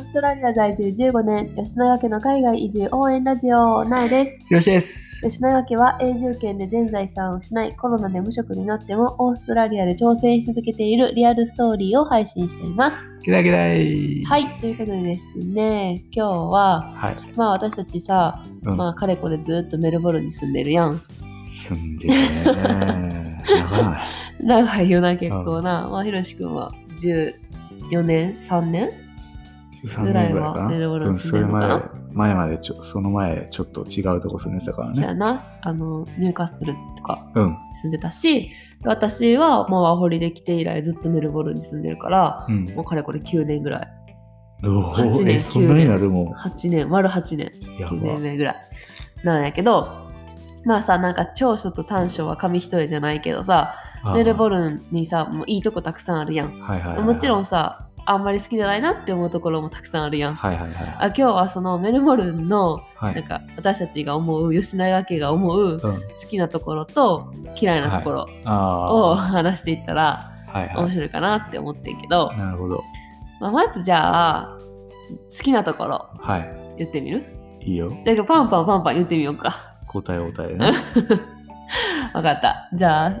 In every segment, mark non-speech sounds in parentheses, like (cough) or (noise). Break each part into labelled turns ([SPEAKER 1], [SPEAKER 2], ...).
[SPEAKER 1] ストラリア在住15年、吉永家の海外移住応援ラジオ、なえです。
[SPEAKER 2] よしです。
[SPEAKER 1] 吉永家は永住権で全財産を失い、コロナで無職になっても、オーストラリアで挑戦し続けているリアルストーリーを配信しています。
[SPEAKER 2] ギラギラい。。
[SPEAKER 1] はいい、ということでですね、今日は、
[SPEAKER 2] はい。
[SPEAKER 1] まあ私たちさ、
[SPEAKER 2] うん
[SPEAKER 1] まあかれこれずっとメルボルンに住んでるやん。
[SPEAKER 2] 住んでるね。長い。
[SPEAKER 1] 長いよな、結構な。まあひろしくんは14年 ?3 年
[SPEAKER 2] 13年ぐらい
[SPEAKER 1] ぐらい
[SPEAKER 2] か
[SPEAKER 1] は
[SPEAKER 2] な。
[SPEAKER 1] メルボル
[SPEAKER 2] う
[SPEAKER 1] ン
[SPEAKER 2] ん、
[SPEAKER 1] 住ん
[SPEAKER 2] そ
[SPEAKER 1] で
[SPEAKER 2] れ
[SPEAKER 1] るの
[SPEAKER 2] ま
[SPEAKER 1] かな
[SPEAKER 2] で、前までちょ、その前、ちょっと違うとこ住んでたから
[SPEAKER 1] そうや
[SPEAKER 2] ね。
[SPEAKER 1] な、あの、ニューカッスルとか
[SPEAKER 2] うん。
[SPEAKER 1] 住んでたし私はまあワーホリで来て以来ずっとメルボルンに住んでるから
[SPEAKER 2] うん。
[SPEAKER 1] もうかれこれ9年ぐらい
[SPEAKER 2] ど
[SPEAKER 1] 8
[SPEAKER 2] う
[SPEAKER 1] 年
[SPEAKER 2] え、そんなになるも
[SPEAKER 1] 8年丸8年
[SPEAKER 2] ん。や
[SPEAKER 1] 9年
[SPEAKER 2] ば。
[SPEAKER 1] 目ぐらいなんやけどまあさなんか長所と短所は紙一重じゃないけどさメルボ
[SPEAKER 2] ル
[SPEAKER 1] ルンにさもういいとこたくさんあるやん
[SPEAKER 2] ン。はいはいはいはい。
[SPEAKER 1] もちろんさあんまり好きじゃないなって思うところもたくさんあるやんあ
[SPEAKER 2] はいはいはい。
[SPEAKER 1] 今日はそのメルボルンのな
[SPEAKER 2] は
[SPEAKER 1] ん
[SPEAKER 2] い。
[SPEAKER 1] か私たちが思う吉永家が思う
[SPEAKER 2] うん。
[SPEAKER 1] 好きなところと嫌いなところを
[SPEAKER 2] あ
[SPEAKER 1] 話していったら
[SPEAKER 2] あ。はいは
[SPEAKER 1] 面白いかなって思ってんけど
[SPEAKER 2] い。、なるほど。
[SPEAKER 1] まあ、まずじゃあ好きなところ
[SPEAKER 2] は
[SPEAKER 1] 言ってみる
[SPEAKER 2] い。いいよ。
[SPEAKER 1] じゃあパンパンパンパン言ってみようか (laughs)
[SPEAKER 2] 答え答えね。
[SPEAKER 1] わかったじゃあ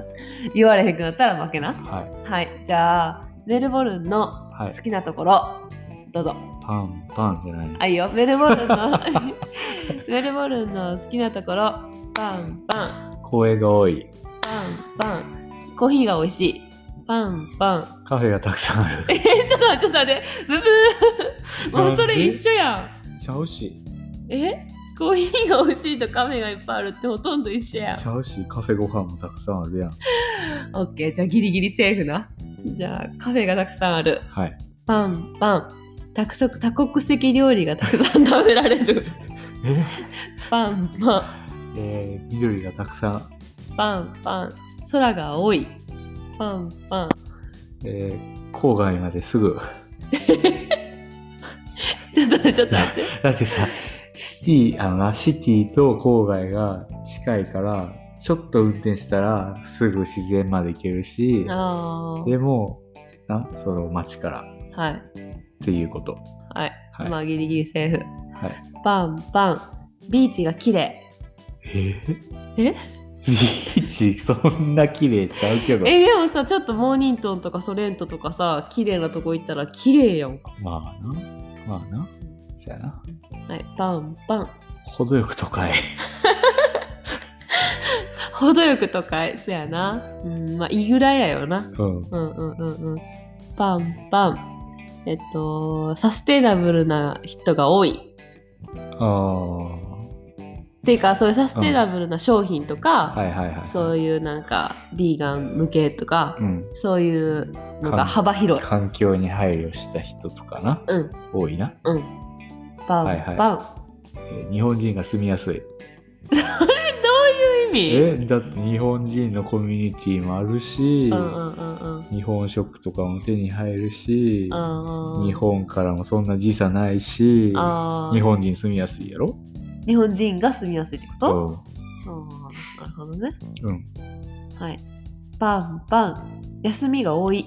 [SPEAKER 1] 言われへんくなったら負けな
[SPEAKER 2] はい。
[SPEAKER 1] はいじゃあメルボルンの
[SPEAKER 2] は
[SPEAKER 1] 好
[SPEAKER 2] い。
[SPEAKER 1] きなところ、どうぞ
[SPEAKER 2] パンパンじゃないの。
[SPEAKER 1] あいいよメルボルンの (laughs) メルボルンの好きなところパンパン
[SPEAKER 2] 声が多い。
[SPEAKER 1] パンパンコーヒーが美味しいパンパン (laughs)
[SPEAKER 2] カフェがたくさんある。
[SPEAKER 1] えちょっと待ってちょっと待ってブブー (laughs) もうそれ一緒やん
[SPEAKER 2] ちゃうし。
[SPEAKER 1] えコーヒーが美味しいとカフェがいっぱいあるってほとんど一緒や
[SPEAKER 2] ちゃうし、カフェご飯もたくさんあるやん。
[SPEAKER 1] オッケーじゃあギリギリセーフなじゃあカフェがたくさんある
[SPEAKER 2] はい。
[SPEAKER 1] パンパン多国多国籍料理がたくさん食べられる
[SPEAKER 2] え
[SPEAKER 1] パンパ
[SPEAKER 2] えー、緑がたくさん。
[SPEAKER 1] ンパンパン空が青いパンパン
[SPEAKER 2] えー、郊外まですぐ。
[SPEAKER 1] ちょっと待ってちょっと待って
[SPEAKER 2] (laughs) だってさ、シティ、あのな、シティと郊外が近いから、ちょっと運転したらすぐ自然まで行けるし、
[SPEAKER 1] あ
[SPEAKER 2] でも、な、その街からっ
[SPEAKER 1] あはい
[SPEAKER 2] ていうこと。
[SPEAKER 1] はい、
[SPEAKER 2] はい。
[SPEAKER 1] まあギリギリセーフ
[SPEAKER 2] はい、
[SPEAKER 1] パンパンビーチが綺麗
[SPEAKER 2] えー
[SPEAKER 1] え
[SPEAKER 2] ビーチ、 (laughs) そんな綺麗ちゃうけど。
[SPEAKER 1] えでもさちょっとモーニントンとかソレントとかさ綺麗なとこ行ったら綺麗やん
[SPEAKER 2] まあな。まあな。そやな。
[SPEAKER 1] はい、パンパン。
[SPEAKER 2] 程よく都会。
[SPEAKER 1] 程よく都会、そやな。うん、まあ、いいぐらいやよな。
[SPEAKER 2] うん。
[SPEAKER 1] うんうんうんうん。パンパン。えっと、サステイナブルな人が多い。
[SPEAKER 2] ああ。
[SPEAKER 1] っていうか、そういうサステイナブルな商品とか、
[SPEAKER 2] はいはいはい。
[SPEAKER 1] そういうなんか、ビーガン向けとか、
[SPEAKER 2] うん。
[SPEAKER 1] そういうのが
[SPEAKER 2] か
[SPEAKER 1] 幅広い。
[SPEAKER 2] 環境に配慮した人とかな。
[SPEAKER 1] うん、
[SPEAKER 2] 多いな。
[SPEAKER 1] うん。パンパン。
[SPEAKER 2] はいはいえー日本人が住みやすい。
[SPEAKER 1] どういう意味
[SPEAKER 2] え、だって日本人のコミュニティもあるし
[SPEAKER 1] う、んうんうんうん。
[SPEAKER 2] 日本食とかも手に入るし、
[SPEAKER 1] あー
[SPEAKER 2] 日本からもそんな時差ないし、
[SPEAKER 1] あー
[SPEAKER 2] 日本人住みやすいやろ
[SPEAKER 1] 日本人が住みやすいってこと
[SPEAKER 2] う
[SPEAKER 1] あーなるほどね。
[SPEAKER 2] ん。うん。
[SPEAKER 1] はい。パンパン。休みが多い。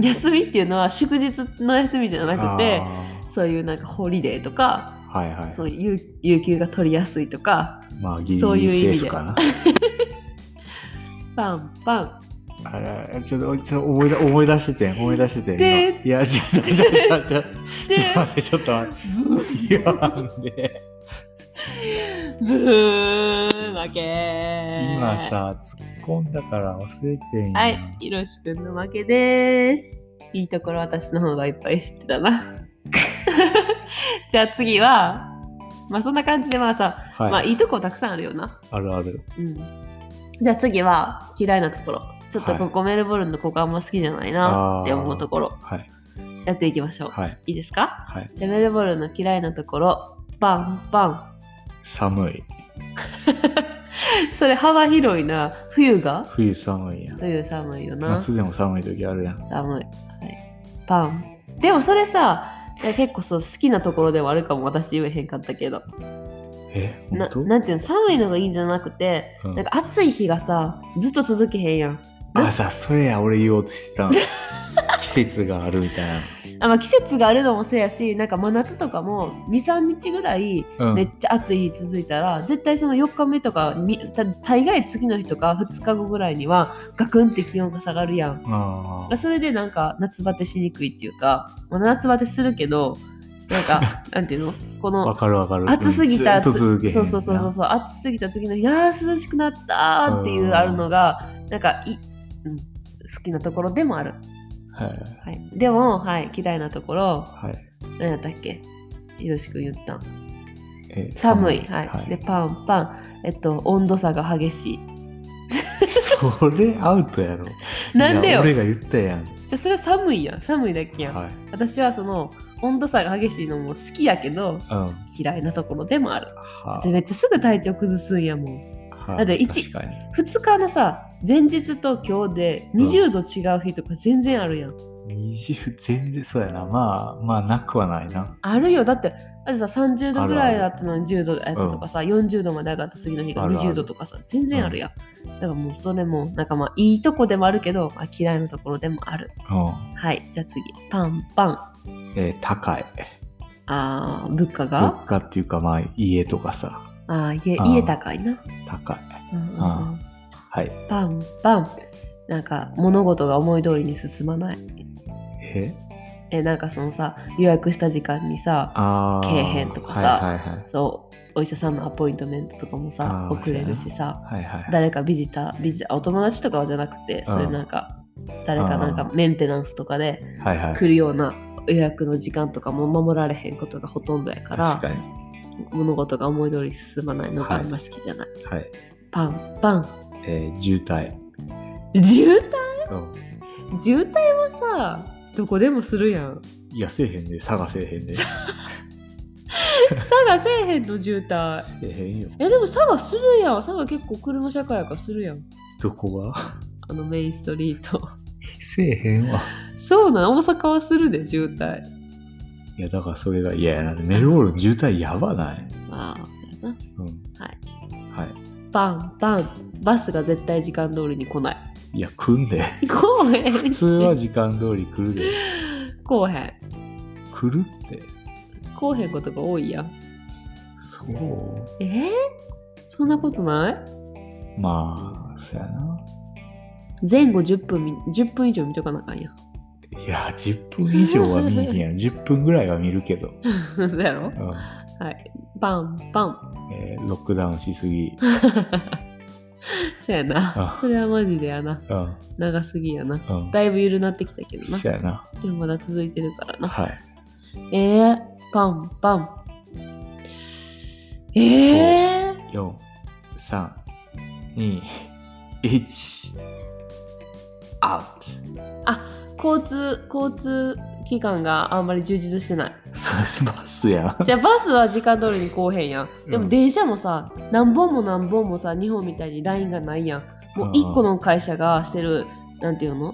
[SPEAKER 1] 休みっていうのは祝日の休みじゃなくて、
[SPEAKER 2] あ
[SPEAKER 1] そういうなんかホリデーとか、
[SPEAKER 2] ーはいは
[SPEAKER 1] そ
[SPEAKER 2] い。
[SPEAKER 1] ういう有有給が取りやすいとか、
[SPEAKER 2] まあ、ギリ
[SPEAKER 1] そうい
[SPEAKER 2] ギ
[SPEAKER 1] う
[SPEAKER 2] リ
[SPEAKER 1] 意
[SPEAKER 2] セ
[SPEAKER 1] 味
[SPEAKER 2] ー
[SPEAKER 1] で
[SPEAKER 2] フかな。
[SPEAKER 1] パンパン。
[SPEAKER 2] あら、ちょっと、ちょっと思い出思い出しててん、思い出しててん。
[SPEAKER 1] で
[SPEAKER 2] 今いや、ちょ、ちょ、ちょ、ちょ、ちょ、
[SPEAKER 1] で
[SPEAKER 2] ちょ、待ってちょっと待って。言わんで。
[SPEAKER 1] ブー負け
[SPEAKER 2] 今。さ、突っ込んだから忘れてんや。
[SPEAKER 1] はい、ひろしくんの負けです。いいところ私の方がいっぱい知ってた
[SPEAKER 2] (laughs)
[SPEAKER 1] な。じゃあ次は、まあそんな感じでまあさ、
[SPEAKER 2] はい。
[SPEAKER 1] まあいいとこたくさんあるよな。
[SPEAKER 2] あるある。
[SPEAKER 1] うんじゃあ次は嫌いなところちょっとここメルボルンのここあんま好きじゃないなって思うところ
[SPEAKER 2] はい。
[SPEAKER 1] やっていきましょう、
[SPEAKER 2] はい。
[SPEAKER 1] い、いですか
[SPEAKER 2] はい。
[SPEAKER 1] じゃあメルボルンの嫌いなところパン (laughs) パ
[SPEAKER 2] 寒い。
[SPEAKER 1] ンそれ幅広いな冬が
[SPEAKER 2] 冬寒いやん。
[SPEAKER 1] 冬寒いよな
[SPEAKER 2] 夏でも寒い時あるやん。
[SPEAKER 1] 寒い、はい、パンでもそれさいや結構そう好きなところでもあるかも私言えへんかったけど
[SPEAKER 2] え、
[SPEAKER 1] な
[SPEAKER 2] 本当
[SPEAKER 1] なんていうの寒いのがいいんじゃなくて
[SPEAKER 2] うん
[SPEAKER 1] なんか暑い日がさずっと続けへんやん
[SPEAKER 2] (laughs) あ、さ、それや、俺言おうとしてたの季節があるみたいな。
[SPEAKER 1] あまあ、季節があるのもそうやしなんか真夏とかも23日ぐらい
[SPEAKER 2] うん
[SPEAKER 1] めっちゃ暑い日続いたら、絶対その4日目とかみた大概次の日とか2日後ぐらいにはガクンって気温が下がるやん
[SPEAKER 2] あ
[SPEAKER 1] それでなんか夏バテしにくいっていうか、まあ、夏バテするけどなん
[SPEAKER 2] (laughs)
[SPEAKER 1] かなんていうのこ
[SPEAKER 2] あわ
[SPEAKER 1] の
[SPEAKER 2] かるわかる
[SPEAKER 1] 暑すぎた、
[SPEAKER 2] うんずっと続けへん
[SPEAKER 1] そうそうそうそうそう暑すぎた次の日いやー涼しくなったーっていうあるのがなんかい、うん、好きなところでもある、
[SPEAKER 2] はい
[SPEAKER 1] はい、でも、はい、嫌いなところ
[SPEAKER 2] はい
[SPEAKER 1] 何やったっけひろしくん言ったん
[SPEAKER 2] え
[SPEAKER 1] 寒い、はい
[SPEAKER 2] はい
[SPEAKER 1] でパンパンえっと温度差が激し
[SPEAKER 2] (laughs) それアウトやろ
[SPEAKER 1] いなんで
[SPEAKER 2] いや
[SPEAKER 1] よ
[SPEAKER 2] 俺
[SPEAKER 1] じゃ
[SPEAKER 2] が言ったやん
[SPEAKER 1] あそれは寒いやん寒いだけやん、
[SPEAKER 2] はい
[SPEAKER 1] 私はその温度差が激しいのも好きやけど
[SPEAKER 2] うん
[SPEAKER 1] 嫌いなところでもある
[SPEAKER 2] は
[SPEAKER 1] でめっちゃすぐ体調崩すんやもん
[SPEAKER 2] は
[SPEAKER 1] だって一
[SPEAKER 2] 確かに
[SPEAKER 1] 2日のさ前日と今日で20度違う日とか全然あるやん、
[SPEAKER 2] 20全然そうやなまあまあなくはないな
[SPEAKER 1] あるよだってあれさ30度ぐらいだったのに10度やったとかさ、40度まで上がった次の日が
[SPEAKER 2] あるある
[SPEAKER 1] 20度とかさ全然あるやん、だからもうそれもなんかまあいいとこでもあるけど、まあ、嫌いなところでもある
[SPEAKER 2] うん
[SPEAKER 1] はいじゃあ次パンパン
[SPEAKER 2] えー高い
[SPEAKER 1] あー物価
[SPEAKER 2] 物
[SPEAKER 1] が
[SPEAKER 2] 価っていうかまあ家とかさ
[SPEAKER 1] あー家
[SPEAKER 2] あー
[SPEAKER 1] 家高いな、
[SPEAKER 2] 高い
[SPEAKER 1] うんうんうん
[SPEAKER 2] あはい
[SPEAKER 1] パンパンなんか物事が思い通りに進まない
[SPEAKER 2] え
[SPEAKER 1] えなんかそのさ予約した時間にさ
[SPEAKER 2] あー
[SPEAKER 1] けえへんとかさ
[SPEAKER 2] はいはいはい
[SPEAKER 1] そうお医者さんのアポイントメントとかもさ
[SPEAKER 2] あー
[SPEAKER 1] 遅れるしさ
[SPEAKER 2] はいはいはい
[SPEAKER 1] 誰かビジタービジあお友達とかはじゃなくてそれなんか誰かなんか
[SPEAKER 2] あ
[SPEAKER 1] メンテナンスとかで
[SPEAKER 2] はいはい
[SPEAKER 1] 来るような予約の時間とかも守られへんことがほとんどやから
[SPEAKER 2] 確かに
[SPEAKER 1] 物事が思い通り進まないのがあんま好きじゃない、
[SPEAKER 2] はい
[SPEAKER 1] パンパン
[SPEAKER 2] えー渋滞
[SPEAKER 1] 渋
[SPEAKER 2] うん
[SPEAKER 1] 滞渋滞はさどこでもするやん
[SPEAKER 2] いやせえへんで差がせえへんでせ
[SPEAKER 1] 佐賀せえへんの渋滞
[SPEAKER 2] えへんよ
[SPEAKER 1] えでも佐賀するやん佐賀結構車社会やからするやん
[SPEAKER 2] どこが
[SPEAKER 1] あのメインストリート
[SPEAKER 2] せえへんわ
[SPEAKER 1] そうなん大阪はするで渋滞
[SPEAKER 2] いやだからそれがいやいやメルボルン渋滞やばない
[SPEAKER 1] まあそうやな
[SPEAKER 2] うん
[SPEAKER 1] はい
[SPEAKER 2] はい
[SPEAKER 1] パンパンバスが絶対時間通りに来ない
[SPEAKER 2] いや来んで
[SPEAKER 1] 来へんし
[SPEAKER 2] 普通は時間通り来るで
[SPEAKER 1] 来へん
[SPEAKER 2] 来るって
[SPEAKER 1] 来へんことが多いやん
[SPEAKER 2] そう
[SPEAKER 1] えー、そんなことない
[SPEAKER 2] まあそやな
[SPEAKER 1] 前後10分み10分以上見とかなあかんやん
[SPEAKER 2] いや10分以上は見えへんや (laughs) ん10分ぐらいは見るけど、
[SPEAKER 1] そうやろ
[SPEAKER 2] (laughs) うん
[SPEAKER 1] はいパンパン
[SPEAKER 2] えーロックダウンしすぎ、
[SPEAKER 1] そやな
[SPEAKER 2] あ
[SPEAKER 1] それはマジでやな
[SPEAKER 2] うん
[SPEAKER 1] 長すぎやな
[SPEAKER 2] うん、
[SPEAKER 1] だいぶ緩なってきたけどな
[SPEAKER 2] そやな
[SPEAKER 1] でもまだ続いてるからな。
[SPEAKER 2] はい
[SPEAKER 1] えー、パンパン。えー、
[SPEAKER 2] 4321アウト
[SPEAKER 1] 交通、交通機関があんまり充実してない。
[SPEAKER 2] そうですバスや
[SPEAKER 1] (laughs)
[SPEAKER 2] ん
[SPEAKER 1] じゃあバスは時間通りに来おへんやん。で
[SPEAKER 2] う
[SPEAKER 1] も
[SPEAKER 2] ん
[SPEAKER 1] 電車もさ、何本も何本もさ、日本みたいにラインがないやん。もう
[SPEAKER 2] あー
[SPEAKER 1] 一個の会社がしてる、なんていうの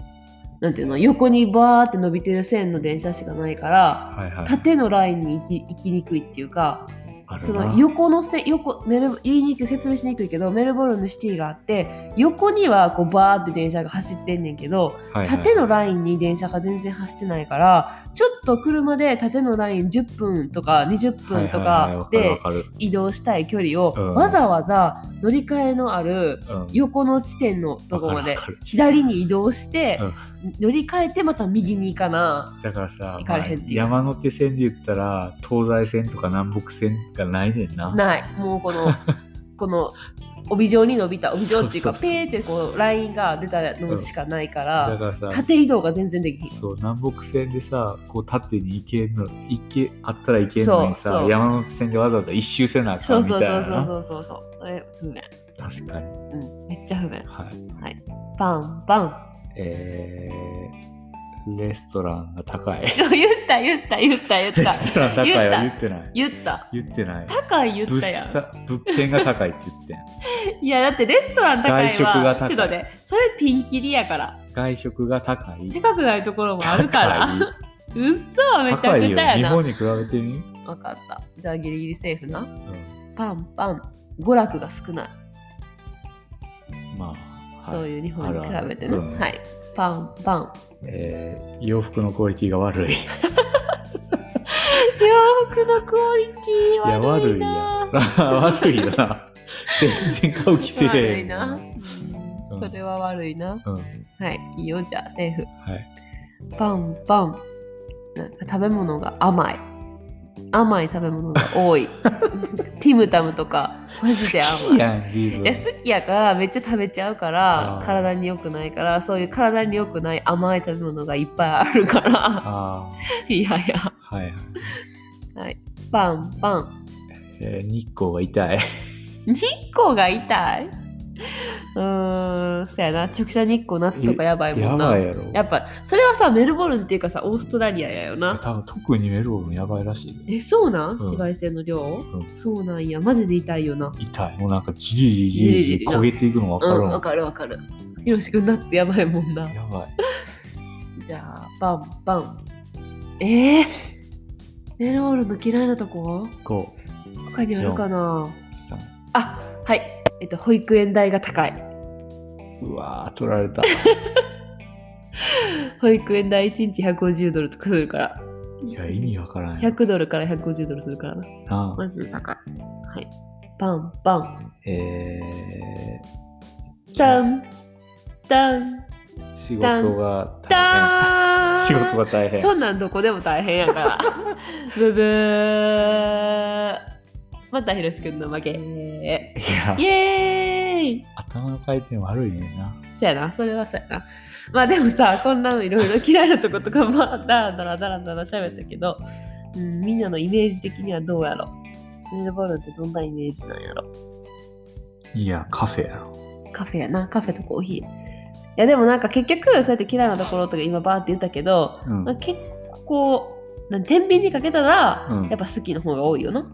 [SPEAKER 1] なんていうの横にバーって伸びてる線の電車しかないから、
[SPEAKER 2] はいはい
[SPEAKER 1] 縦のラインに行き行きにくいっていうか、
[SPEAKER 2] あ
[SPEAKER 1] そ
[SPEAKER 2] るな
[SPEAKER 1] の横のせ横メル言いにくい説明しにくいけどメルボルンのシティがあって横にはこうバーって電車が走ってんねんけど
[SPEAKER 2] はいはい
[SPEAKER 1] 縦のラインに電車が全然走ってないからちょっと車で縦のライン10分とか20分と
[SPEAKER 2] はいはいはいわ
[SPEAKER 1] か
[SPEAKER 2] かるわ
[SPEAKER 1] で
[SPEAKER 2] かる
[SPEAKER 1] 移動したい距離を
[SPEAKER 2] うん
[SPEAKER 1] わざわざ乗り換えのある
[SPEAKER 2] うん
[SPEAKER 1] 横の地点のとこまで
[SPEAKER 2] わかるわかる
[SPEAKER 1] 左に移動して
[SPEAKER 2] うん
[SPEAKER 1] 乗り換えてまた右に行かな
[SPEAKER 2] だからさ
[SPEAKER 1] 行、かれへんっていう
[SPEAKER 2] まあ山手線で言ったら東西線とか南北線がないねんな
[SPEAKER 1] ないもうこ
[SPEAKER 2] (laughs)
[SPEAKER 1] のこの帯状に伸びた帯状っていうか
[SPEAKER 2] そうそうそう
[SPEAKER 1] ペーってこうラインが出たのしかないか
[SPEAKER 2] だ
[SPEAKER 1] ら、
[SPEAKER 2] からさ
[SPEAKER 1] 縦移動が全然できひん
[SPEAKER 2] そう南北線でさこう縦に行けんの行けあったら行けんのに
[SPEAKER 1] そう
[SPEAKER 2] さ
[SPEAKER 1] そう
[SPEAKER 2] 山手線でわざわざ一周せなあ
[SPEAKER 1] そ
[SPEAKER 2] かん
[SPEAKER 1] う
[SPEAKER 2] み
[SPEAKER 1] そ
[SPEAKER 2] た
[SPEAKER 1] う
[SPEAKER 2] い
[SPEAKER 1] そ
[SPEAKER 2] な
[SPEAKER 1] うそう
[SPEAKER 2] な
[SPEAKER 1] そうそうそうそれ不便
[SPEAKER 2] 確かに
[SPEAKER 1] うんめっちゃ不便
[SPEAKER 2] はい
[SPEAKER 1] パンパン
[SPEAKER 2] えー、レストランが高いレ
[SPEAKER 1] 言った言った言った言った
[SPEAKER 2] ストラン高いは
[SPEAKER 1] 言
[SPEAKER 2] 言
[SPEAKER 1] っ
[SPEAKER 2] ってない
[SPEAKER 1] 言った
[SPEAKER 2] 言ってない
[SPEAKER 1] 高い言
[SPEAKER 2] 物
[SPEAKER 1] ったやん
[SPEAKER 2] さ物件が高いって言ってん
[SPEAKER 1] いやだってレストラン高いは
[SPEAKER 2] 外食が高い
[SPEAKER 1] ちょっとねそれピンキリやから
[SPEAKER 2] 外食が高い
[SPEAKER 1] 高くないところもあるから
[SPEAKER 2] 高
[SPEAKER 1] うっそめちゃ
[SPEAKER 2] 高い
[SPEAKER 1] く
[SPEAKER 2] よ
[SPEAKER 1] ちゃ
[SPEAKER 2] 日
[SPEAKER 1] やな
[SPEAKER 2] 本に比べてみ、
[SPEAKER 1] 分かったじゃあギリギリセーフな
[SPEAKER 2] う
[SPEAKER 1] パンパン娯楽が少ない、
[SPEAKER 2] ん、まあ、はい
[SPEAKER 1] そういう日本に比べてね
[SPEAKER 2] あるあるうん
[SPEAKER 1] はいパンパン
[SPEAKER 2] えー洋服のクオリティが悪い。い
[SPEAKER 1] 洋服のクオリティ
[SPEAKER 2] や、
[SPEAKER 1] 悪
[SPEAKER 2] 悪
[SPEAKER 1] い
[SPEAKER 2] いや
[SPEAKER 1] な。
[SPEAKER 2] 悪いよな。全然買う気せえへん。
[SPEAKER 1] 悪いな、
[SPEAKER 2] う
[SPEAKER 1] うんんそれは悪いな
[SPEAKER 2] うん。
[SPEAKER 1] はいいいよじゃあセーフ
[SPEAKER 2] はい。
[SPEAKER 1] パンパンなんか食べ物が甘い甘い食べ物が多
[SPEAKER 2] (laughs)
[SPEAKER 1] いティムタムとかマジで
[SPEAKER 2] 好
[SPEAKER 1] 甘
[SPEAKER 2] き
[SPEAKER 1] い
[SPEAKER 2] やん、自分。
[SPEAKER 1] いや好きやからめっちゃ食べちゃうか
[SPEAKER 2] あ
[SPEAKER 1] ら
[SPEAKER 2] ー
[SPEAKER 1] 体に良くないからそういう体に良くない甘い食べ物がいっぱいあるから
[SPEAKER 2] あ
[SPEAKER 1] いやいや
[SPEAKER 2] あ、はいはい。
[SPEAKER 1] パンパン
[SPEAKER 2] えー日光が痛い。
[SPEAKER 1] 日光が痛いうーんそやな直射日光夏とかやばいも
[SPEAKER 2] や
[SPEAKER 1] んな
[SPEAKER 2] ばいやろ。
[SPEAKER 1] やっぱそれはさメルボルンっていうかさオーストラリアやよ
[SPEAKER 2] 多
[SPEAKER 1] な
[SPEAKER 2] 分特にメルボルンやばいらしいね。
[SPEAKER 1] えそうなん
[SPEAKER 2] ん
[SPEAKER 1] 紫外線の量、
[SPEAKER 2] ん
[SPEAKER 1] そうなんやマジで痛いよな
[SPEAKER 2] 痛い。もうなんかじりじりじりじり焦げていくの分
[SPEAKER 1] う
[SPEAKER 2] かる
[SPEAKER 1] ん
[SPEAKER 2] もん。
[SPEAKER 1] わかるわかるひろしくんナッツやばいもんな
[SPEAKER 2] やばい。
[SPEAKER 1] じゃあ、バンバン。えー、メルボルンの嫌いなとこ
[SPEAKER 2] こ
[SPEAKER 1] 他にあるかな
[SPEAKER 2] う。さ
[SPEAKER 1] あ、はい。えっと、保育園代が高い。
[SPEAKER 2] うわー、取られた。
[SPEAKER 1] 保育園代1日150ドルとかするから。
[SPEAKER 2] いや、意味わからんよ。
[SPEAKER 1] 100ドルから150ドルするからな。
[SPEAKER 2] なあ
[SPEAKER 1] マジで高い。はい。バンバン。
[SPEAKER 2] えー、
[SPEAKER 1] タン、タン、
[SPEAKER 2] 仕事が大
[SPEAKER 1] タン。
[SPEAKER 2] 変。仕事が大変。
[SPEAKER 1] そんなんどこでも大変やから。
[SPEAKER 2] (laughs)
[SPEAKER 1] ブブー。またひろしくんの負け。イ
[SPEAKER 2] いや、
[SPEAKER 1] エーイ
[SPEAKER 2] 頭の回転悪いねんな。
[SPEAKER 1] そうやな、それはそうやな。まあでもさ、こんないろいろ嫌いなとことか、まあ、だらだらだらだら喋ったけど、うん、みんなのイメージ的にはどうやろメルボルンってどんなイメージなんやろ
[SPEAKER 2] いや、カフェやろ。
[SPEAKER 1] カフェやな、カフェとコーヒー。いやでもなんか結局、そうやって嫌いなところとか今バーって言ったけど、
[SPEAKER 2] うん
[SPEAKER 1] まあ、。結構こう、なん天秤にかけたら、
[SPEAKER 2] うん
[SPEAKER 1] やっぱ好きの方が多いよな。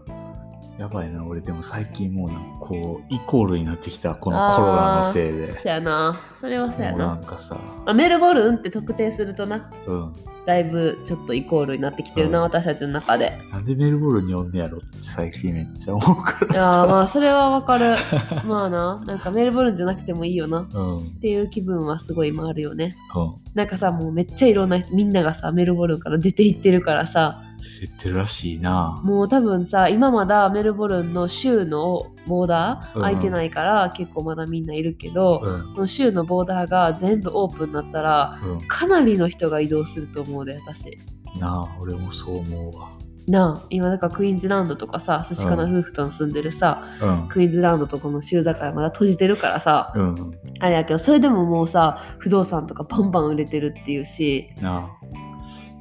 [SPEAKER 2] やばいな、俺でも最近もうなんかこう、イコールになってきた、このコロナのせいで。
[SPEAKER 1] そうやな、それはそうや
[SPEAKER 2] もうな
[SPEAKER 1] な。
[SPEAKER 2] んかさ、
[SPEAKER 1] まあ、メルボルンって特定するとな、
[SPEAKER 2] うん。
[SPEAKER 1] だいぶちょっとイコールになってきてるな、
[SPEAKER 2] うん
[SPEAKER 1] 私たちの中
[SPEAKER 2] (laughs)
[SPEAKER 1] で。
[SPEAKER 2] なんでメルボルンに呼んねやろって最近めっちゃ思うか
[SPEAKER 1] い
[SPEAKER 2] ら
[SPEAKER 1] やー
[SPEAKER 2] さ。
[SPEAKER 1] まあそれはわ
[SPEAKER 2] (laughs)
[SPEAKER 1] かるまあななんかメルボルンじゃなくてもいいよなっ
[SPEAKER 2] うん、うん。
[SPEAKER 1] ていう気分はすごい今あるよねなんかさもうめっちゃいろんなみんながさメルボルンから出て行ってるからさ
[SPEAKER 2] 言ってるらしいな。
[SPEAKER 1] もう多分さ今まだメルボルンの州のボーダー
[SPEAKER 2] うん
[SPEAKER 1] 空いてないから結構まだみんないるけど、
[SPEAKER 2] うん。
[SPEAKER 1] この州のボーダーが全部オープンになったら
[SPEAKER 2] うん。
[SPEAKER 1] かなりの人が移動すると思うで私
[SPEAKER 2] なあ、俺もそう思うわ。
[SPEAKER 1] なあ今だからクイーンズランドとかさ寿司かな
[SPEAKER 2] う
[SPEAKER 1] 夫婦との住んでるさ、
[SPEAKER 2] うん。
[SPEAKER 1] クイーンズランドとこの州境まだ閉じてるからさ、
[SPEAKER 2] うん。
[SPEAKER 1] あれやけどそれでももうさ不動産とかバンバン売れてるっていうし
[SPEAKER 2] なあ。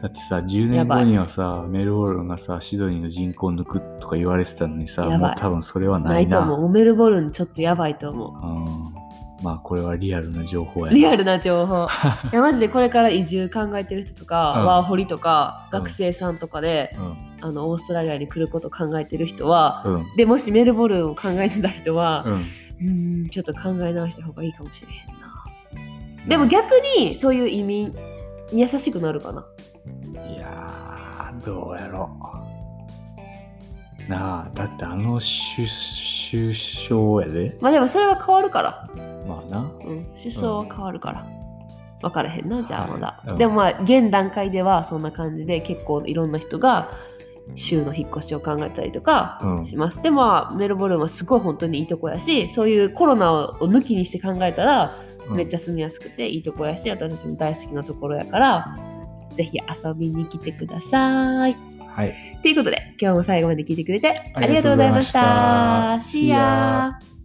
[SPEAKER 2] だってさ、10
[SPEAKER 1] や
[SPEAKER 2] 年
[SPEAKER 1] ば
[SPEAKER 2] 後
[SPEAKER 1] い
[SPEAKER 2] にはさ、メルボルンがさ、シドニーの人口抜くとか言われてたのにさ、
[SPEAKER 1] やばい
[SPEAKER 2] もう多分それは
[SPEAKER 1] な
[SPEAKER 2] ない
[SPEAKER 1] いと
[SPEAKER 2] な。
[SPEAKER 1] 思うもうメルボルンちょっとやばいと思
[SPEAKER 2] うん。まあ、これはリアルな情報
[SPEAKER 1] う
[SPEAKER 2] や
[SPEAKER 1] リアルな情
[SPEAKER 2] (laughs)
[SPEAKER 1] 報いやマジでこれから移住考えてる人とか、
[SPEAKER 2] うん
[SPEAKER 1] ワーホリとか
[SPEAKER 2] うん
[SPEAKER 1] 学生さんとかで、
[SPEAKER 2] うん。
[SPEAKER 1] あのオーストラリアに来ること考えてる人は、
[SPEAKER 2] うん。
[SPEAKER 1] でもしメルボルンを考えてた人は
[SPEAKER 2] うん。
[SPEAKER 1] うーんちょっと考え直した方がいいかもしれへんなでも逆にそういう移民に優しくなるかない
[SPEAKER 2] やーどうやろなあだってあの首首相やで
[SPEAKER 1] まあでもそれは変わるから
[SPEAKER 2] まあな
[SPEAKER 1] うん、思想は変わるから、分からへんなじゃあまだ、
[SPEAKER 2] はいうん
[SPEAKER 1] でもまあ現段階ではそんな感じで結構いろんな人が州の引っ越しを考えたりとか
[SPEAKER 2] うん
[SPEAKER 1] します、でまあメルボルンはすごい本当にいいとこやしそういうコロナを抜きにして考えたらめっち
[SPEAKER 2] ゃ
[SPEAKER 1] ゃ住みやすくていいとこやし私たちも大好きなところやからぜひ遊びに来てください
[SPEAKER 2] はい
[SPEAKER 1] ということで今日も最後まで聞いてくれてあ
[SPEAKER 2] あり
[SPEAKER 1] りがと
[SPEAKER 2] がと
[SPEAKER 1] う
[SPEAKER 2] う
[SPEAKER 1] ご
[SPEAKER 2] ご
[SPEAKER 1] ざ
[SPEAKER 2] ざ
[SPEAKER 1] い
[SPEAKER 2] い
[SPEAKER 1] ま
[SPEAKER 2] ま
[SPEAKER 1] し
[SPEAKER 2] した
[SPEAKER 1] See
[SPEAKER 2] た
[SPEAKER 1] ya